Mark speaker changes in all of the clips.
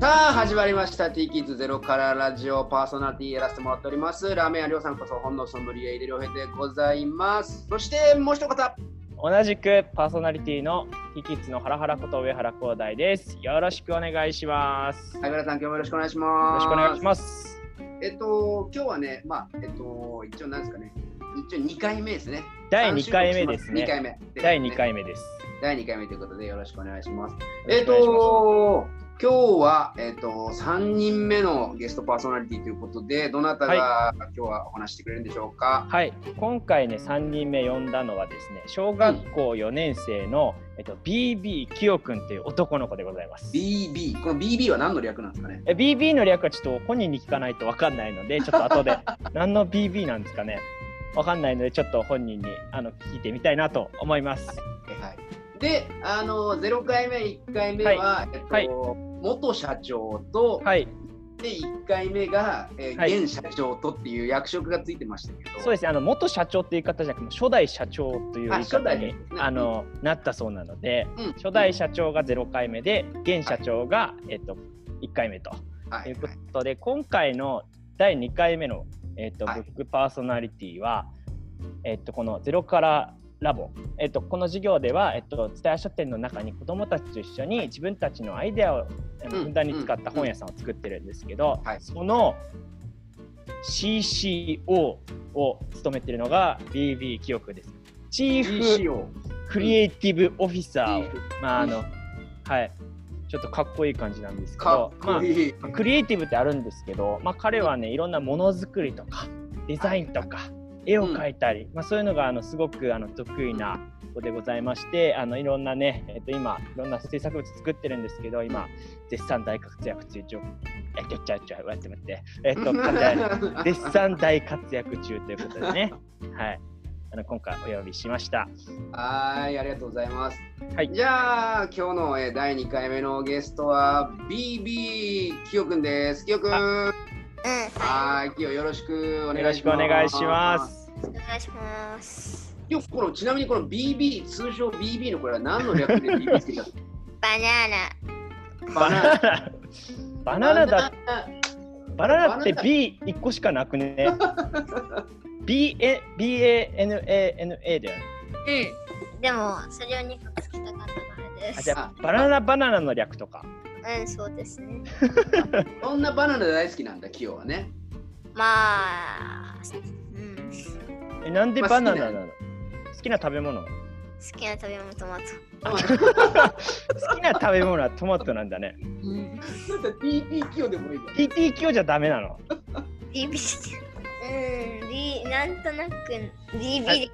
Speaker 1: さあ始まりました T キッズゼロからラジオパーソナリティやらせてもらっておりますラーメン屋りょうさんこそ本能ソムリエ井出良平でございますそしてもう一方
Speaker 2: 同じくパーソナリティの T キッズのハラハラこと上原光大です。よろしくお願いします。よ
Speaker 1: 相原さん今日もよろしくお願いし
Speaker 2: ろ
Speaker 1: ます
Speaker 2: しくお願いします。
Speaker 1: えっと今日はねまあえっと一応なんですかね一応2回目ですね
Speaker 2: 第2回目です
Speaker 1: 2
Speaker 2: ね。
Speaker 1: 回目
Speaker 2: 第2回目です。
Speaker 1: 第2回目ということでよろしくお願いしますえ
Speaker 2: よ
Speaker 1: っ
Speaker 2: ろしくお願いします
Speaker 1: と今日は、えっと3人目のゲストパーソナリティということでどなたが今日はお話してくれるんでしょうか、
Speaker 2: はい、今回ね3人目呼んだのはですね小学校4年生の、えっと、BB きよくんっていう男の子でございます。
Speaker 1: BB この BB は何の略なんですかね
Speaker 2: え BB の略はちょっと本人に聞かないと分かんないの でちょっと後で何の BB なんですかね分かんないのでちょっと本人にあの聞いてみたいなと思います。
Speaker 1: はい、であの0回目1回目は、えっと
Speaker 2: はい
Speaker 1: 元社長と、
Speaker 2: はい
Speaker 1: で1回目が、えー
Speaker 2: はい
Speaker 1: 現社長とっていう役職がついてましたけど
Speaker 2: そうですねあの元社長っていう言い方じゃなくて初代社長という言い
Speaker 1: あ初
Speaker 2: 方
Speaker 1: 代
Speaker 2: に
Speaker 1: ね
Speaker 2: あ、のなったそうなので
Speaker 1: うん
Speaker 2: 初代社長が0回目で現社長が、えっと、1回目と
Speaker 1: はい
Speaker 2: いうことで今回の第2回目の、えっと、ブ
Speaker 1: はい
Speaker 2: ックパーソナリティは、えっと、この「ゼロからラボ」えっと、この授業では、えっと、伝え書店の中に子どもたちと一緒に自分たちのアイデアをあ
Speaker 1: う
Speaker 2: の
Speaker 1: ん
Speaker 2: ふんだんに使った本屋さんを作ってるんですけど、
Speaker 1: はい
Speaker 2: その CCO を務めてるのが BB 記憶です。チーフ
Speaker 1: GCO
Speaker 2: クリエイティブオフィサーを、
Speaker 1: GCO
Speaker 2: まああのはい、ちょっとかっこいい感じなんですけど
Speaker 1: かっこ
Speaker 2: まあ
Speaker 1: いい、
Speaker 2: クリエイティブってあるんですけど、まあ、彼はねいろんなものづくりとかデザインとか絵を描いたり、まあ、そういうのがあのすごくあの得意な子でございましてあのいろんなね、えっと、今いろんな制作物作ってるんですけど今絶賛大活躍中えちょちょちょ待って待ってえっと 絶賛大活躍中ということでねはいあの今回お呼びしました
Speaker 1: はい、ありがとうございます。
Speaker 2: はい
Speaker 1: じゃあ、今日のえー第2回目のゲストは BB きよくんです。きよくん。は
Speaker 3: うん、
Speaker 1: い、きよよろしくお
Speaker 2: よ
Speaker 1: 願
Speaker 2: ろ
Speaker 1: い
Speaker 2: し
Speaker 1: し
Speaker 2: く
Speaker 1: ま
Speaker 2: お
Speaker 1: す。
Speaker 2: 願い します
Speaker 3: お願いします。
Speaker 1: きよこのちなみにこの BB、通称 BB のこれは何の略で BB って言った
Speaker 3: バナナ。
Speaker 1: の
Speaker 2: バナナバナナだっ
Speaker 1: ナ
Speaker 2: バナナって
Speaker 1: バナナ
Speaker 2: B 一個しかなくね。B A B A N A N A だよね。
Speaker 3: うん。でも、それを2個つけたかったからで
Speaker 2: あ
Speaker 3: す
Speaker 2: じ。ゃあバナナバナナの略とか。
Speaker 3: うん、そうですね。
Speaker 1: そんなバナナ大好きなんだ、きよはね。
Speaker 3: まあ、うん。好
Speaker 2: えなんで
Speaker 1: まあ
Speaker 2: バナナなの？好きな食べ物。好
Speaker 3: きな食べ物トマト。
Speaker 1: まあ
Speaker 2: きな食べ物はトマトなんだね。
Speaker 3: うん。
Speaker 1: なんか TP きよでもいいじゃん
Speaker 2: PTQ じゃダメなの。
Speaker 3: ビビうん、ビなんとなく、ビビ
Speaker 2: は
Speaker 3: リ。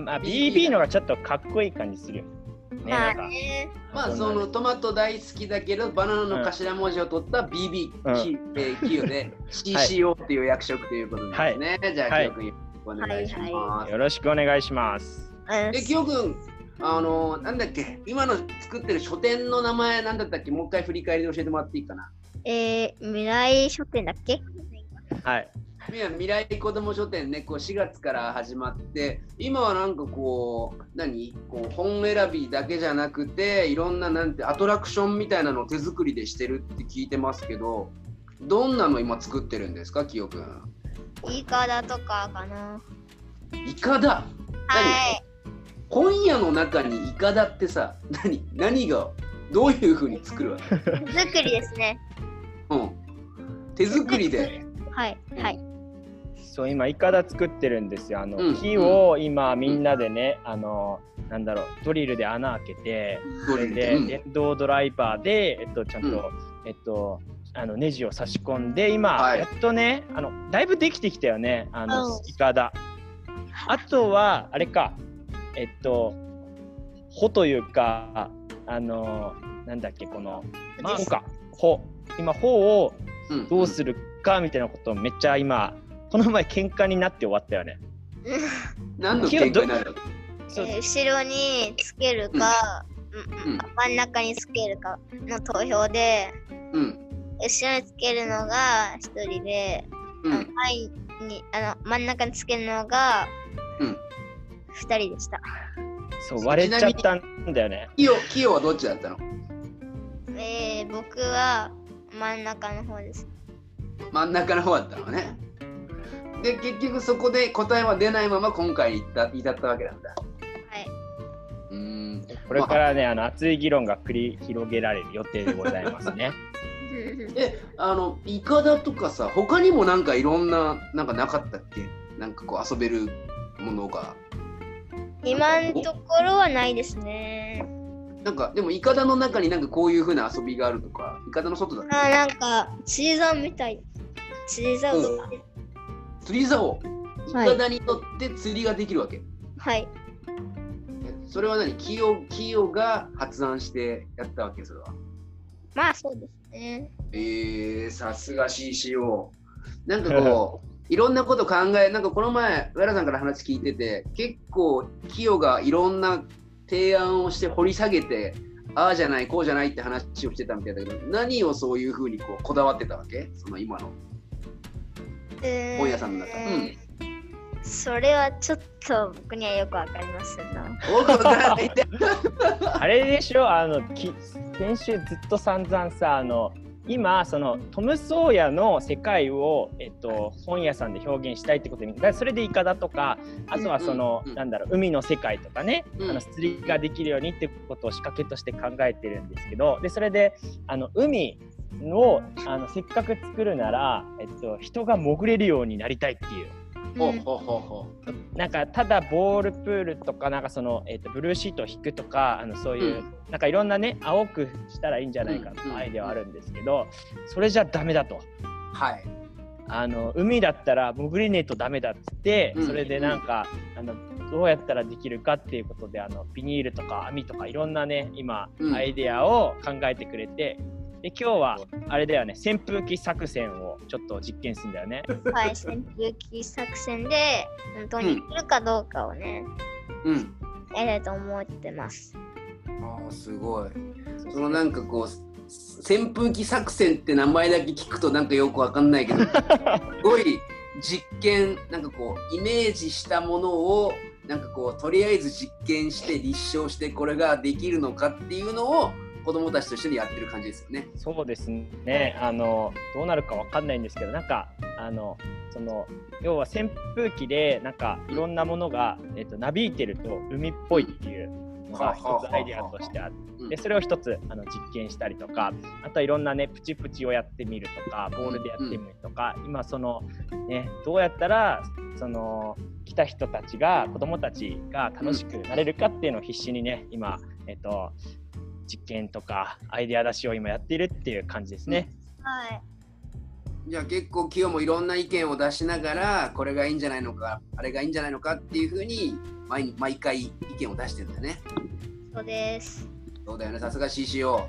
Speaker 2: まあ BB のがちょっとかっこいい感じするよ。ね
Speaker 3: ま
Speaker 2: な
Speaker 3: あ
Speaker 2: んか。
Speaker 3: ね。
Speaker 1: まあそのトマト大好きだけどバナナの頭文字を取った BB 企業 で CCO っていう役職ということですね。じゃあ、
Speaker 2: はい
Speaker 1: キヨ君よろしくお願いします。
Speaker 2: よろしくお願いします。
Speaker 3: うん
Speaker 1: で、キヨ君、あの、なんだっけ、今の作ってる書店の名前なんだったっけ、もう一回振り返りで教えてもらっていいかな。
Speaker 3: えー、未来書店だっけ
Speaker 2: はい。
Speaker 1: いや未来子ども書店ね、こう4月から始まって、今はなんかこう、何こう本選びだけじゃなくて、いろんななんてアトラクションみたいなのを手作りでしてるって聞いてますけど、どんなの今作ってるんですか、きよくん。
Speaker 3: イカダとかかな。
Speaker 1: イカだ
Speaker 3: はい。
Speaker 1: 本屋の中にイカだってさ、何何が、どういうふうに作るわけ、
Speaker 3: 手作りですね。
Speaker 1: うん、手作りで。
Speaker 3: はい。はい。
Speaker 2: そう今イカダ作ってるんですよ。あの、
Speaker 1: うん
Speaker 2: 木を今みんなでね、あのなんだろうドリルで穴開けて。
Speaker 1: ドリルで
Speaker 2: で、
Speaker 1: うん
Speaker 2: 電動ドライバーで、えっと、ちゃんと、
Speaker 1: うん
Speaker 2: えっと、あのネジを差し込んで今、
Speaker 1: はい
Speaker 2: やっとねあのだいぶできてきたよねあの、
Speaker 3: うん
Speaker 2: イカダあとはあれかえっと穂というかあのなんだっけこの
Speaker 1: まあ
Speaker 2: 穂か穂今穂を
Speaker 1: うん
Speaker 2: どうするかみたいなことをめっちゃ今この前喧嘩になって終わったよね
Speaker 1: 何の喧嘩になる
Speaker 2: そう
Speaker 3: えー後ろにつけるか、
Speaker 1: う
Speaker 3: うん
Speaker 1: ん
Speaker 3: 真ん中につけるかの投票で
Speaker 1: うん。
Speaker 3: 後ろにつけるのが1人で、
Speaker 1: う
Speaker 3: あの
Speaker 1: ん。
Speaker 3: 前にあの真ん中につけるのが
Speaker 1: うん。
Speaker 3: 2人でした
Speaker 2: そう割れちゃったんだよね
Speaker 1: キヨ、キヨはどっちだったの
Speaker 3: えで僕は真ん中の方です。
Speaker 1: 真ん中の方だったのね。で結局そこで答えは出ないまま今回至った至ったわけなんだ。
Speaker 3: はい。
Speaker 1: うーん
Speaker 2: これからね、あの熱い議論が繰り広げられる予定でございます ね。
Speaker 1: えあのイカダとかさ他にもなんかいろんななんかなかったっけなんかこう遊べるものが
Speaker 3: 今のところはないですね。
Speaker 1: なんかでもイカダの中になんかこういう風な遊びがあるとかイカダの外だっ
Speaker 3: あなんか釣り竿みたい。釣り竿とか。
Speaker 1: け釣り竿イ
Speaker 3: はい
Speaker 1: カダにとって釣りができるわけ、
Speaker 3: はい。
Speaker 1: えそれは何キヨキヨが発案してやったわけそれは
Speaker 3: まあそうですね。
Speaker 1: えー、さすが CCO。なんかこう、 いろんなこと考え、なんかこの前、上原さんから話聞いてて、結構、キヨがいろんな提案をして掘り下げて、ああじゃない、こうじゃないって話をしてたみたいだけど、何をそういうふうにこうこだわってたわけその今の。本
Speaker 3: 本
Speaker 1: 屋さんの中うん
Speaker 3: それはちょっと僕にはよくわかりませんな。
Speaker 1: 多くのから言って
Speaker 2: あれでしょあのき先週ずっと散々さあの今そのトム・ソーヤの世界を、えっと、本屋さんで表現したいってことにだからそれでイカだとかあとはその、
Speaker 1: うんうんうん
Speaker 2: なんだろう海の世界とかね、
Speaker 1: うん
Speaker 2: あの釣りができるようにってことを仕掛けとして考えてるんですけどでそれであの海をあのせっかく作るなら、えっと、人が潜れるようになりたいっていう。
Speaker 1: ほう
Speaker 3: うん
Speaker 1: ほうほうほ
Speaker 2: なんかただボールプールとかなんかその、えー、とブルーシートを引くとかあのそういう、なんかいろんなね青くしたらいいんじゃないか
Speaker 1: うんうん
Speaker 2: とアイデアはあるんですけど、それじゃダメだと
Speaker 1: う。はい。
Speaker 2: あの海だったら潜りねえとダメだっつって
Speaker 1: うん
Speaker 2: それでなんか、あのどうやったらできるかっていうことであのビニールとか網とかいろんなね今
Speaker 1: うん
Speaker 2: アイデアを考えてくれて。で今日はあれだよね扇風機作戦をちょっと実験するんだよね。
Speaker 3: はい、扇風機作戦で本当に来るかどうかをね、
Speaker 1: うん。
Speaker 3: やりたいと思ってます。
Speaker 1: ああ、すごい。そのなんかこう、扇風機作戦って名前だけ聞くとなんかよくわかんないけど、 すごい実験、なんかこう、イメージしたものを、なんかこう、とりあえず実験して立証して、これができるのかっていうのを、子供たちと一緒にやってる感じですよね。
Speaker 2: そうですね。あのどうなるかわかんないんですけど、なんかあのその要は扇風機でなんかいろんなものがえっとなびいてると海っぽいっていうのが
Speaker 1: はあはあ
Speaker 2: 一つアイデアとしてあっ
Speaker 1: うん
Speaker 2: て、でそれを一つあの実験したりとか、あとはいろんなねプチプチをやってみるとか、ボールでやってみるとか、今そのねどうやったらその来た人たちが子供たちが楽しくなれるかっていうのを必死にね今えっと実験とかアイデア出しを今やっているっていう感じですね。
Speaker 3: はい。
Speaker 1: じゃあ結構、清もいろんな意見を出しながら、これがいいんじゃないのか、あれがいいんじゃないのかっていうふうに、毎日毎回意見を出してるんだね。
Speaker 3: そうです。
Speaker 1: そうだよね、さすが CCO。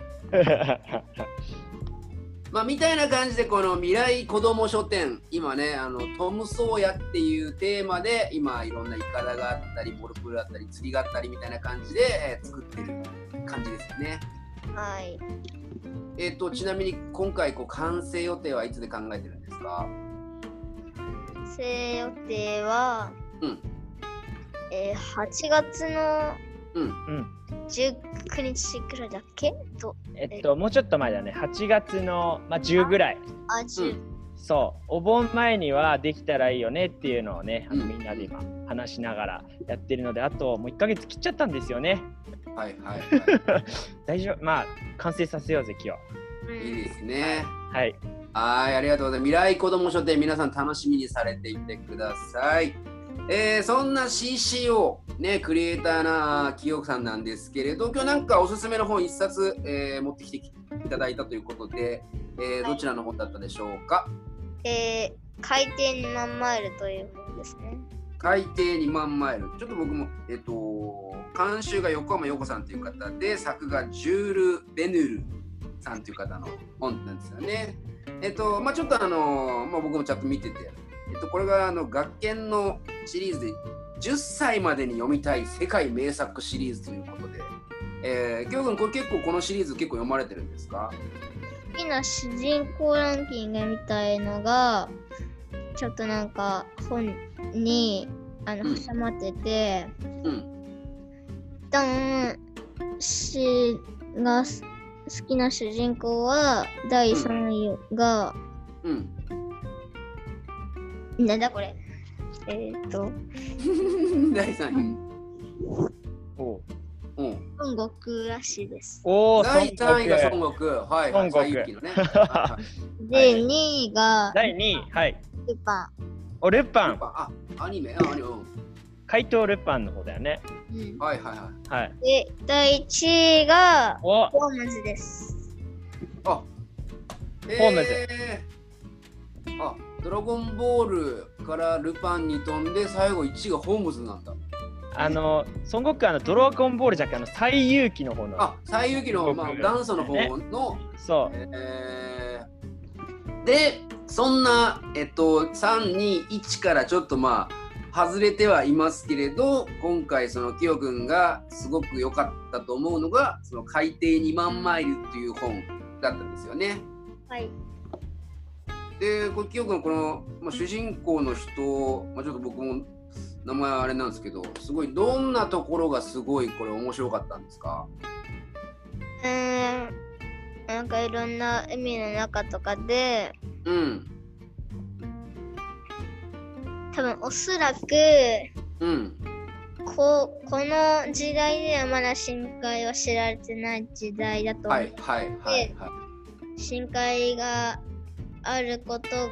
Speaker 1: まあ、みたいな感じでこの未来子ども書店今ねあのトム・ソーヤっていうテーマで今いろんなイカダがあったりボルプールあったり釣りがあったりみたいな感じで、えー作ってる感じですよね。
Speaker 3: はい。
Speaker 1: えっとちなみに今回こう完成予定はいつで考えてるんですか
Speaker 3: 制予定は、
Speaker 1: うん
Speaker 3: えー8月の
Speaker 1: うん
Speaker 2: うん
Speaker 3: 19日くらいだっけと
Speaker 2: えっともうちょっと前だね8月の、まあ、10ぐらい
Speaker 3: あ、10、
Speaker 2: そうお盆前にはできたらいいよねっていうのをねあの
Speaker 1: うん
Speaker 2: みんなで今話しながらやってるのであともう1ヶ月切っちゃったんですよね。
Speaker 1: はいはい、
Speaker 2: 大丈夫まあ完成させようぜ今
Speaker 3: う
Speaker 1: はい、いい
Speaker 3: ん
Speaker 1: ですね。
Speaker 2: 日。はい
Speaker 1: はい、ありがとうございます。未来子ども書店、皆さん楽しみにされていてください。えーそんな CCO、ね、クリエイターな清さんなんですけれど、今日なんかおすすめの本一冊、えー持ってきていただいたということで、えー
Speaker 3: はい
Speaker 1: どちらの本だったでしょうか。
Speaker 3: えー海底2万マイルというものですね。
Speaker 1: 海底2万マイル。ちょっと僕も、えっ、と、監修が横浜陽子さんという方で、作画ジュール・ベヌルさんという方の本なんですよね。えっ、と、まあちょっとあの、まあ僕もちゃんと見てて、えっと、これがあの学研のシリーズで10歳までに読みたい世界名作シリーズということで、えー、きょうくんこれ結構このシリーズ結構読まれてるんですか
Speaker 3: 好きな主人公ランキングみたいのがちょっとなんか本にあの
Speaker 1: うん
Speaker 3: 挟まってて、
Speaker 1: うん
Speaker 3: 一旦詩が好きな主人公は第3位が、
Speaker 1: うん。
Speaker 3: なんだこれえーっと
Speaker 1: 第3位。
Speaker 2: おう
Speaker 1: うん、
Speaker 3: 孫悟空らしいです。
Speaker 2: おー
Speaker 1: 第3位が孫
Speaker 2: 孫悟空
Speaker 1: 悟空。はい、はい。
Speaker 2: 孫悟空
Speaker 1: 西遊記のね。はい
Speaker 3: で、
Speaker 2: はい
Speaker 3: 2位が
Speaker 2: 第2位はい
Speaker 3: ルパ
Speaker 2: おルパ
Speaker 1: はい
Speaker 2: ン
Speaker 1: あ、アニメ、あアニメ。うん
Speaker 2: 怪盗ルパンの方だよね
Speaker 3: ン。うん
Speaker 1: はいはいはい。
Speaker 2: はい
Speaker 3: で、第1位が
Speaker 2: お
Speaker 3: ホームズです。
Speaker 1: あ、え
Speaker 2: ホームズ
Speaker 1: あ、ドラゴンボールからルパンに飛んで、最後1位がホームズなんだ。
Speaker 2: あの孫悟空あのドラゴンボールじゃなくてあの最勇気の方の
Speaker 1: あ、西遊記の、まあ、元祖の方の、
Speaker 2: そ
Speaker 1: えーで、そんな、えっと、3、2、1からちょっとまあ、外れてはいますけれど、今回、その、きよくんがすごく良かったと思うのが、その、海底2万マイルっていう本だったんですよね。
Speaker 3: はい。
Speaker 1: で、これ、清君、この、まあ、主人公の人、まあ、ちょっと僕も名前はあれなんですけど、すごい、どんなところがすごい、これ、面白かったんですか
Speaker 3: うーん。なんかいろんな海の中とかで、
Speaker 1: うん、
Speaker 3: 多分おそらく
Speaker 1: うん、
Speaker 3: こうこの時代ではまだ深海は知られてない時代だと思う、
Speaker 1: はい、はい、はい、はい。
Speaker 3: 深海があることを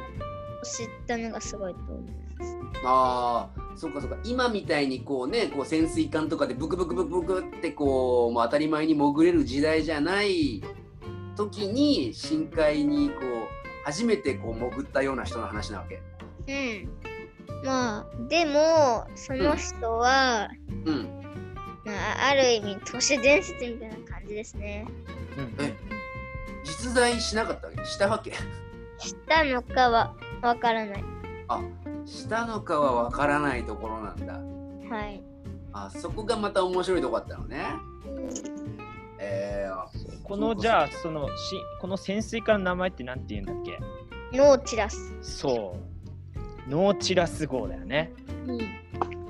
Speaker 3: 知ったのがすごいと思います。
Speaker 1: ああ、そっかそっか、今みたいにこうね、こう潜水艦とかでブクブクブクブクってこう、もう当たり前に潜れる時代じゃない時に、深海にこう、初めてこう潜ったような人の話なわけ。
Speaker 3: うん。まあでもその人は、
Speaker 1: うん。
Speaker 3: まあある意味都市伝説みたいな感じですね。
Speaker 2: う、うん
Speaker 1: え実在しなかったわけしたわけ
Speaker 3: したのかはわからない。
Speaker 1: あしたのかはわからないところなんだ
Speaker 3: はい。
Speaker 1: あそこがまた面白いとこだったのねえー、あ
Speaker 2: このじゃあそのしこの潜水艦の名前ってなんて言うんだっけ
Speaker 3: ノーチラス。
Speaker 2: そうノーチラス号だよね
Speaker 3: うん。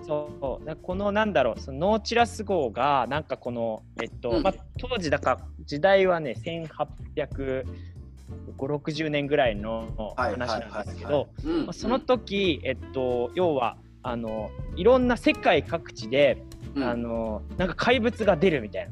Speaker 2: そうだからこのなんだろうそのノーチラス号がなんかこのえっと、
Speaker 1: うん
Speaker 2: まあ、当時だから時代はね1860年ぐらいの
Speaker 1: はい
Speaker 2: 話なんですけ
Speaker 1: はいはい
Speaker 2: ど
Speaker 1: うん
Speaker 2: まあその時、えっと、要はあのいろんな世界各地で、
Speaker 1: うん
Speaker 2: あのなんか怪物が出るみたい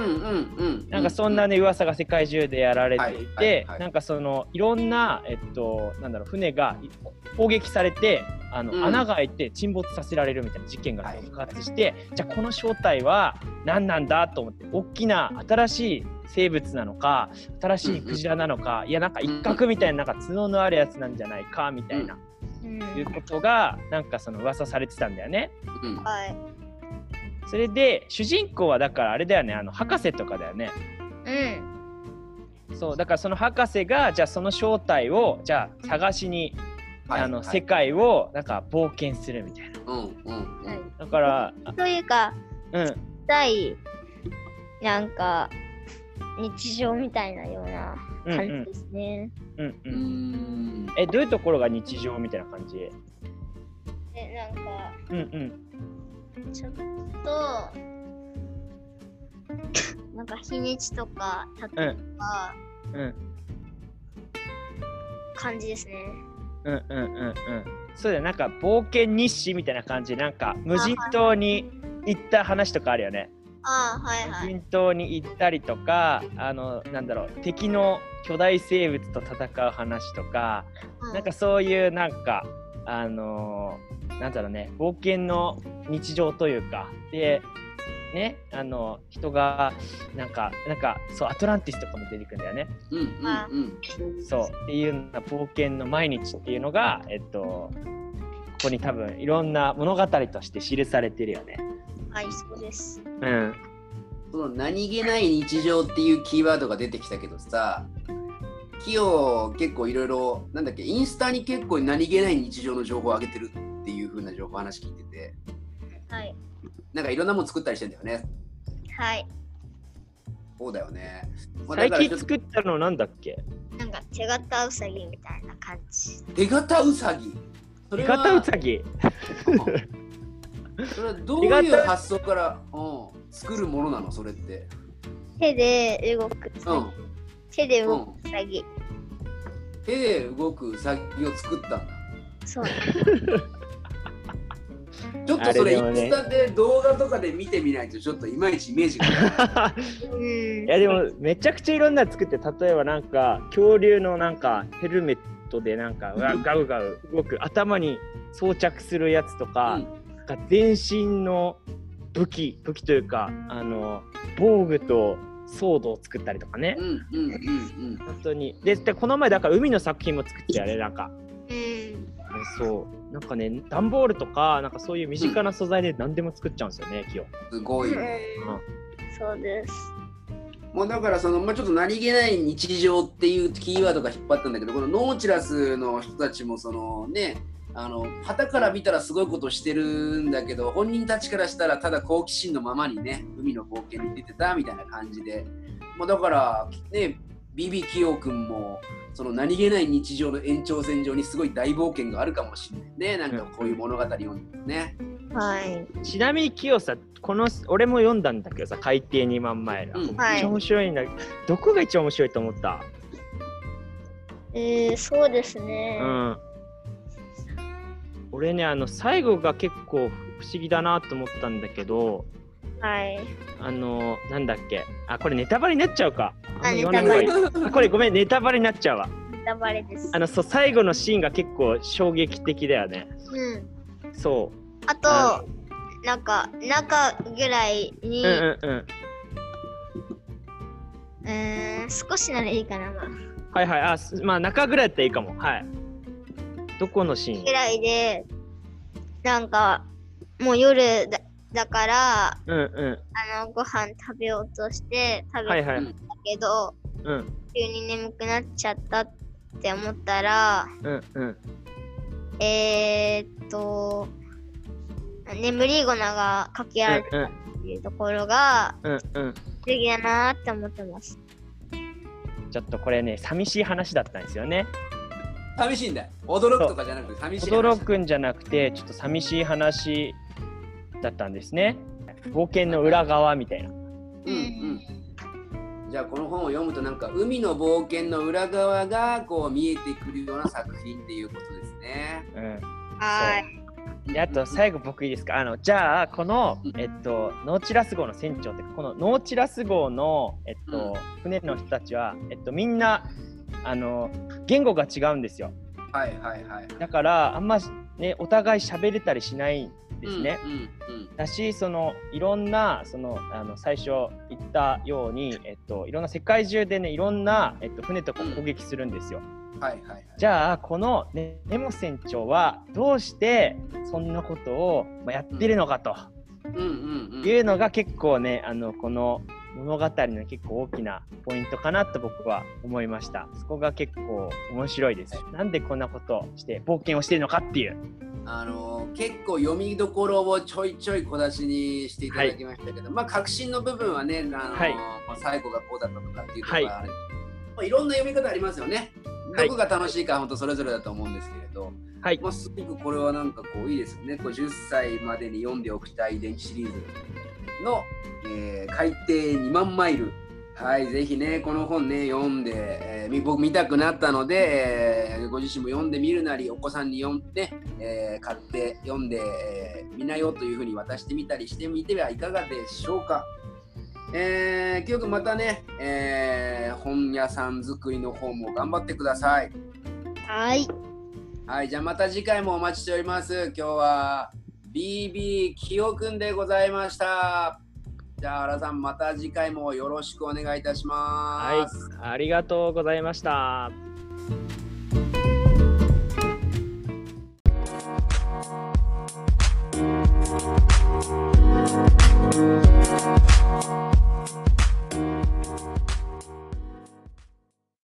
Speaker 1: うんうんうん
Speaker 2: なんかそんなね噂が世界中でやられてい
Speaker 1: はいはい
Speaker 2: て
Speaker 1: はい
Speaker 2: なんかそのいろんなえっとなんだろう船がい攻撃されてあ
Speaker 1: うん
Speaker 2: の穴が開いて沈没させられるみたいな事件が
Speaker 1: はい
Speaker 2: 爆発してじゃあこの正体は何なんだと思って大きな新しい生物なのか新しいクジラなのかいやなんか一角みたいななんか角のあるやつなんじゃないかみたいな
Speaker 3: うん、
Speaker 2: いうことがなんかその噂されてたんだよね。
Speaker 1: うん
Speaker 3: はい。
Speaker 2: それで主人公はだからあれだよねあの博士とかだよね。
Speaker 3: うん。
Speaker 2: そうだからその博士がじゃあその正体をじゃあ探しに、
Speaker 1: はい
Speaker 2: あの
Speaker 1: はい
Speaker 2: 世界をなんか冒険するみたいな
Speaker 1: うんうんうん
Speaker 2: だからあ
Speaker 3: というか、
Speaker 2: うん
Speaker 3: 対なんか日常みたいなような
Speaker 2: うんう
Speaker 3: 感
Speaker 2: ん
Speaker 3: じですね。
Speaker 2: うんう
Speaker 1: うんん
Speaker 2: えどういうところが日常みたいな感じ
Speaker 3: でなんか
Speaker 2: うんうん
Speaker 3: ちょっとなんか日にちとか
Speaker 2: う
Speaker 3: 例え
Speaker 2: ん
Speaker 3: ば
Speaker 2: うん
Speaker 3: 感じですね。
Speaker 2: うんうんうんうんそうだよなんか冒険日誌みたいな感じなんか無人島に行った話とかあるよね
Speaker 3: ああはいは
Speaker 2: 無
Speaker 3: い。
Speaker 2: 人島に行ったりとかあのなんだろう敵の巨大生物と戦う話とか
Speaker 3: う
Speaker 2: なんかそういうなんかあのーなんだろうね冒険の日常というかでねあの人がなんかなんかそうアトランティスとかも出てくるんだよね
Speaker 1: うんうんうん
Speaker 2: そうっていうような冒険の毎日っていうのがえっとここに多分いろんな物語として記されてるよね。
Speaker 3: はいそうです。
Speaker 2: うん、
Speaker 1: その何気ない日常っていうキーワードが出てきたけどさキヨ結構いろいろなんだっけインスタに結構何気ない日常の情報を上げてるっていう風な情報話聞いてて
Speaker 3: はい
Speaker 1: なんかいろんなもの作ったりしてんだよね
Speaker 3: はい。
Speaker 1: そうだよね。まあ
Speaker 2: 最
Speaker 1: だからちょ
Speaker 2: 近
Speaker 1: っと
Speaker 2: 作ったのなんだっけ
Speaker 3: なんか手形ウサギみたいな感じ。
Speaker 1: 手形うさぎ。そ
Speaker 2: 手
Speaker 1: れは
Speaker 2: 形うさぎ
Speaker 1: うんそれはどういう発想から、うん、作るものなのそれって。
Speaker 3: 手で動くウサ
Speaker 1: う
Speaker 3: ギ
Speaker 1: ん
Speaker 3: 手で
Speaker 1: う
Speaker 3: 動
Speaker 1: ん
Speaker 3: くウサギ。
Speaker 1: 手で動くうさぎを作ったんだ
Speaker 3: そう。
Speaker 1: ちょっとそれイ
Speaker 2: あれでも
Speaker 1: ン
Speaker 2: ね
Speaker 1: スタで動画とかで見てみないとちょっといまいちイメージが
Speaker 3: うん
Speaker 2: い。やでもめちゃくちゃいろんなの作って例えばなんか恐竜のなんかヘルメットでなんかガガウガウ動く頭に装着するやつとか,、
Speaker 1: うん
Speaker 2: なんか全身の武器武器というかあの防具とソードを作ったりとかね
Speaker 1: うんうんうん
Speaker 2: 本当にででこの前だから海の作品も作ってあれなんか
Speaker 3: うん。
Speaker 2: そうなんかね段ボールとかなんかそういう身近な素材で何でも作っちゃうんですよね木を。
Speaker 1: うんすごいね
Speaker 3: そうです。
Speaker 1: もうだからその、まあ、ちょっと何気ない日常っていうキーワードが引っ張ったんだけどこのノーチラスの人たちもそのねあの旗から見たらすごいことしてるんだけど本人たちからしたらただ好奇心のままにね海の冒険に出てたみたいな感じで、まあ、だからねビビキヨ君もその何気ない日常の延長線上にすごい大冒険があるかもしれないねなんかこういう物語読んでね。
Speaker 3: はい。
Speaker 2: ちなみに清さこの俺も読んだんだけどさ海底2万マイル、
Speaker 1: う
Speaker 2: めっ
Speaker 1: ん
Speaker 3: は
Speaker 2: ちゃ
Speaker 3: い。
Speaker 2: 面白いんだけどどこが一番面白いと思った、
Speaker 3: えー、そうです
Speaker 2: う
Speaker 3: ね。
Speaker 2: ん、俺ねあの最後が結構不思議だなと思ったんだけど
Speaker 3: はい。
Speaker 2: あのなんだっけあこれネタバレになっちゃうか
Speaker 3: あ
Speaker 2: 言
Speaker 3: ネ
Speaker 2: わ
Speaker 3: タ
Speaker 2: な
Speaker 3: バ
Speaker 2: い
Speaker 3: レ
Speaker 2: 方がいいあこれごめんネタバレになっちゃうわ
Speaker 3: ネタバレです。
Speaker 2: あのそう最後のシーンが結構衝撃的だよね
Speaker 3: うん。
Speaker 2: そ
Speaker 3: あ
Speaker 2: は
Speaker 3: と、なんか、中ぐらいに、
Speaker 2: ううんうんうん
Speaker 3: うーん、少しならいいかな、まあ。
Speaker 2: はいはいあすまあ中ぐらいだったらいいかもはいどこのシーン
Speaker 3: ぐらいで、なんか、もう夜だだから、
Speaker 2: うんう
Speaker 3: あの、ご飯食べようとして、食
Speaker 2: ん
Speaker 3: べ
Speaker 2: は
Speaker 3: た
Speaker 2: い
Speaker 3: んだ
Speaker 2: はい
Speaker 3: けど、
Speaker 2: うん
Speaker 3: 急に眠くなっちゃったって思ったら、
Speaker 2: うんうん
Speaker 3: えー、っと、眠り粉がかけられて
Speaker 2: うん
Speaker 3: るっていうところが、
Speaker 2: うんうん
Speaker 3: 素敵だなーって思ってます。
Speaker 2: ちょっとこれね寂しい話だったんですよね
Speaker 1: 寂しいんだよ驚くとかじゃなくて寂しい話
Speaker 2: 驚くんじゃなくてちょっと寂しい話だったんですね冒険の裏側みたいな
Speaker 1: うんうん、じゃあこの本を読むとなんか海の冒険の裏側がこう見えてくるような作品っていうことですね。
Speaker 2: うん
Speaker 3: は
Speaker 2: であと最後僕いいですかあのじゃあこの、えっと、ノーチラス号の船長ってこのノーチラス号の、えっと、船の人たちは、えっと、みんなあの言語が違うんですよ
Speaker 1: はいはいはい。
Speaker 2: だからあんま、ね、お互い喋れたりしないんですね、
Speaker 1: うんうん
Speaker 2: だしそのいろんなそのあの最初言ったように、えっと、いろんな世界中でねいろんな、えっと、船とかを攻撃するんですよ。
Speaker 1: うん、はいはいはい。
Speaker 2: じゃあこの、ね、ネモ船長はどうしてそんなことをまあやってるのかと
Speaker 1: うんうんうん。
Speaker 2: いうのが結構ねあのこの物語の結構大きなポイントかなと僕は思いました。そこが結構面白いです。なんでこんなことをして冒険をしてるのかっていう。
Speaker 1: あのー結構読みどころをちょいちょい小出しにしていただきましたけど、まあ確信の部分はね、あのー
Speaker 2: はい
Speaker 1: まあ最後がこうだったとかっていうところがある、まあいろんな読み方ありますよね。ど
Speaker 2: はい
Speaker 1: こが楽しいかは本当それぞれだと思うんですけれど。
Speaker 2: はい
Speaker 1: まあ、すごくこれはなんかこういいですよね。こう10歳までに読んでおきたい電気シリーズの、えー海底2万マイル。はい、ぜひね、この本ね、読んで、えーみ僕見たくなったので、えーご自身も読んでみるなり、お子さんに読んで、えー買って読んで、えー見なよというふうに渡してみたりしてみてはいかがでしょうか。えー、清くまたね、えー本屋さん作りの方も頑張ってください。
Speaker 3: はい。
Speaker 1: はい、じゃあまた次回もお待ちしております。今日は BB きよくんでございました。じゃあ原さんまた次回もよろしくお願いいたし
Speaker 2: は
Speaker 1: ます。
Speaker 2: い、ありがとうございました。